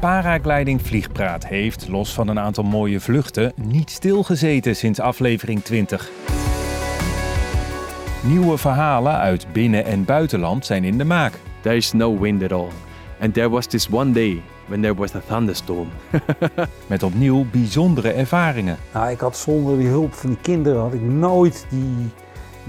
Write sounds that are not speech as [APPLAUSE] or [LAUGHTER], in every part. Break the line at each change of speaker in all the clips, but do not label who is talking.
paragliding Vliegpraat heeft, los van een aantal mooie vluchten, niet stilgezeten sinds aflevering 20. Nieuwe verhalen uit binnen- en buitenland zijn in de maak.
There is no wind at all. And there was this one day when there was a thunderstorm.
Met opnieuw bijzondere ervaringen.
Nou, ik had zonder die hulp van die kinderen had ik nooit die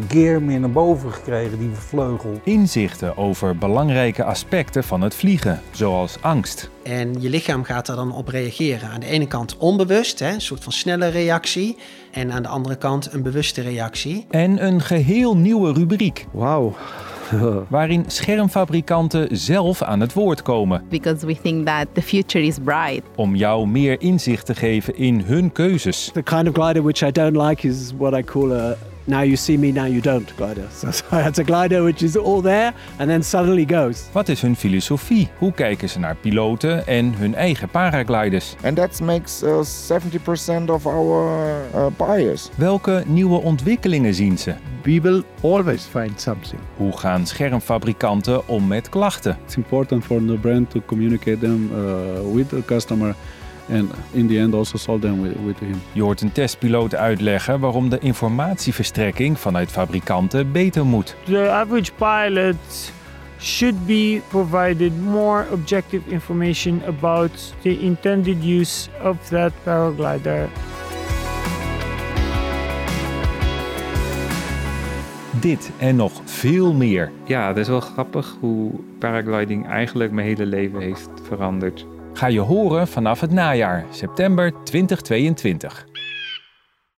gear meer naar boven gekregen, die vleugel.
Inzichten over belangrijke aspecten van het vliegen, zoals angst.
En je lichaam gaat daar dan op reageren. Aan de ene kant onbewust, hè, een soort van snelle reactie. En aan de andere kant een bewuste reactie.
En een geheel nieuwe rubriek,
Wow.
waarin schermfabrikanten zelf aan het woord komen.
because we think that the future is bright.
Om jou meer inzicht te geven in hun keuzes.
The kind of glider which I don't like is what I call a now you see me, now you don't glider. [LAUGHS] So, so it's a glider which is all there and then suddenly goes.
Wat is hun filosofie? Hoe kijken ze naar piloten en hun eigen paragliders?
and that makes uh, 70% of our uh, buyers.
Welke nieuwe ontwikkelingen zien ze?
we will always find something.
Hoe gaan schermfabrikanten om met klachten?
It's important for the brand to communicate them uh, with the customer and in the end also solve them with, with him.
Je hoort een testpiloot uitleggen waarom de informatieverstrekking vanuit fabrikanten beter moet.
the average pilot should be provided more objective information about the intended use of that paraglider.
Dit en nog veel meer.
Ja, dat is wel grappig hoe paragliding eigenlijk mijn hele leven heeft veranderd.
Ga je horen vanaf het najaar, september 2022.